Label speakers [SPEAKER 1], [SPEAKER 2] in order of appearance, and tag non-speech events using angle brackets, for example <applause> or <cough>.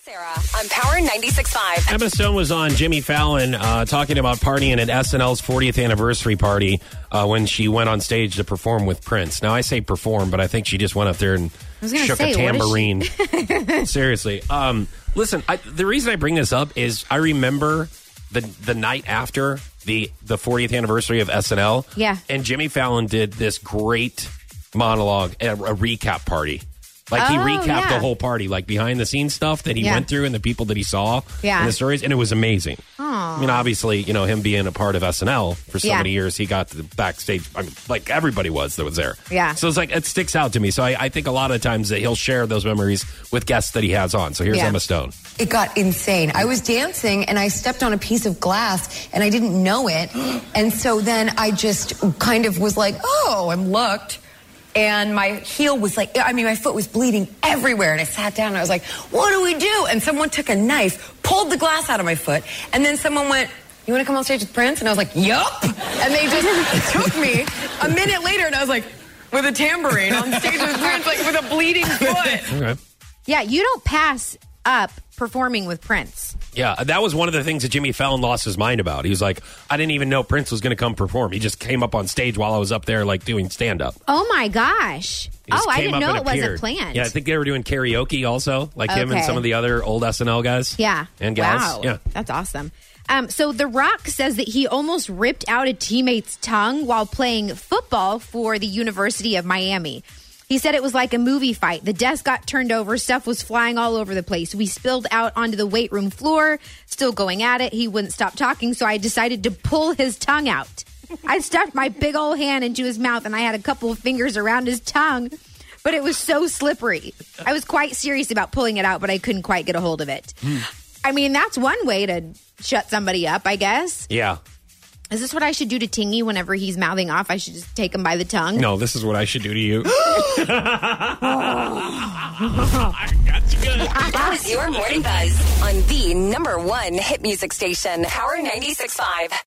[SPEAKER 1] Sarah on Power 96.5.
[SPEAKER 2] Emma Stone was on Jimmy Fallon uh, talking about partying at SNL's 40th anniversary party uh, when she went on stage to perform with Prince. Now I say perform, but I think she just went up there and
[SPEAKER 3] was gonna
[SPEAKER 2] shook
[SPEAKER 3] say,
[SPEAKER 2] a
[SPEAKER 3] what is
[SPEAKER 2] tambourine.
[SPEAKER 3] she- <laughs>
[SPEAKER 2] Seriously, um, listen. I, the reason I bring this up is I remember the the night after the the 40th anniversary of SNL.
[SPEAKER 3] Yeah.
[SPEAKER 2] and Jimmy Fallon did this great monologue at a recap party. Like he
[SPEAKER 3] Oh,
[SPEAKER 2] recapped the
[SPEAKER 3] yeah.
[SPEAKER 2] whole party, like behind the scenes stuff that he
[SPEAKER 3] Yeah.
[SPEAKER 2] went through and the people that he saw
[SPEAKER 3] Yeah.
[SPEAKER 2] and the stories, and it was amazing. I mean, obviously, you know him being a part of SNL for so
[SPEAKER 3] Yeah.
[SPEAKER 2] many years, he got to the backstage. I mean, like everybody was that was there.
[SPEAKER 3] Yeah.
[SPEAKER 2] So it's like it sticks out to me. So I, I think a lot of times that he'll share those memories with guests that he has on. So here's
[SPEAKER 3] Yeah.
[SPEAKER 2] Emma Stone.
[SPEAKER 4] It got insane. I was dancing and I stepped on a piece of glass and I didn't know it. And so then I just kind of was like, oh, I'm looked. And my heel was like, I mean, my foot was bleeding everywhere. And I sat down and I was like, what do we do? And someone took a knife, pulled the glass out of my foot. And then someone went, you want to come on stage with Prince? And I was like, yup. And they just took me a minute later and I was like, with a tambourine on stage with Prince, like with a bleeding foot.
[SPEAKER 2] Okay.
[SPEAKER 3] Yeah, you don't pass up performing with Prince.
[SPEAKER 2] Yeah, that was one of the things that Jimmy Fallon lost his mind about. He was like, I didn't even know Prince was going to come perform. He just came up on stage while I was up there, like doing stand up.
[SPEAKER 3] Oh my gosh. Oh, I didn't know it wasn't planned.
[SPEAKER 2] Yeah, I think they were doing karaoke also, like him and
[SPEAKER 3] Okay.
[SPEAKER 2] some of the other old SNL guys.
[SPEAKER 3] Yeah.
[SPEAKER 2] And gals.
[SPEAKER 3] Wow.
[SPEAKER 2] Yeah.
[SPEAKER 3] That's awesome. Um, so The Rock says that he almost ripped out a teammate's tongue while playing football for the University of Miami. He said it was like a movie fight. The desk got turned over, stuff was flying all over the place. We spilled out onto the weight room floor, still going at it. He wouldn't stop talking, so I decided to pull his tongue out. I stuck my big old hand into his mouth and I had a couple of fingers around his tongue, but it was so slippery. I was quite serious about pulling it out, but I couldn't quite get a hold of it.
[SPEAKER 2] Hmm.
[SPEAKER 3] I mean, that's one way to shut somebody up, I guess.
[SPEAKER 2] Yeah.
[SPEAKER 3] Is this what I should do to Tingy whenever he's mouthing off? I should just take him by the tongue?
[SPEAKER 2] No, this is what I should do to you. I got you good.
[SPEAKER 1] That was your morning buzz on the number one hit music station, Power 96.5.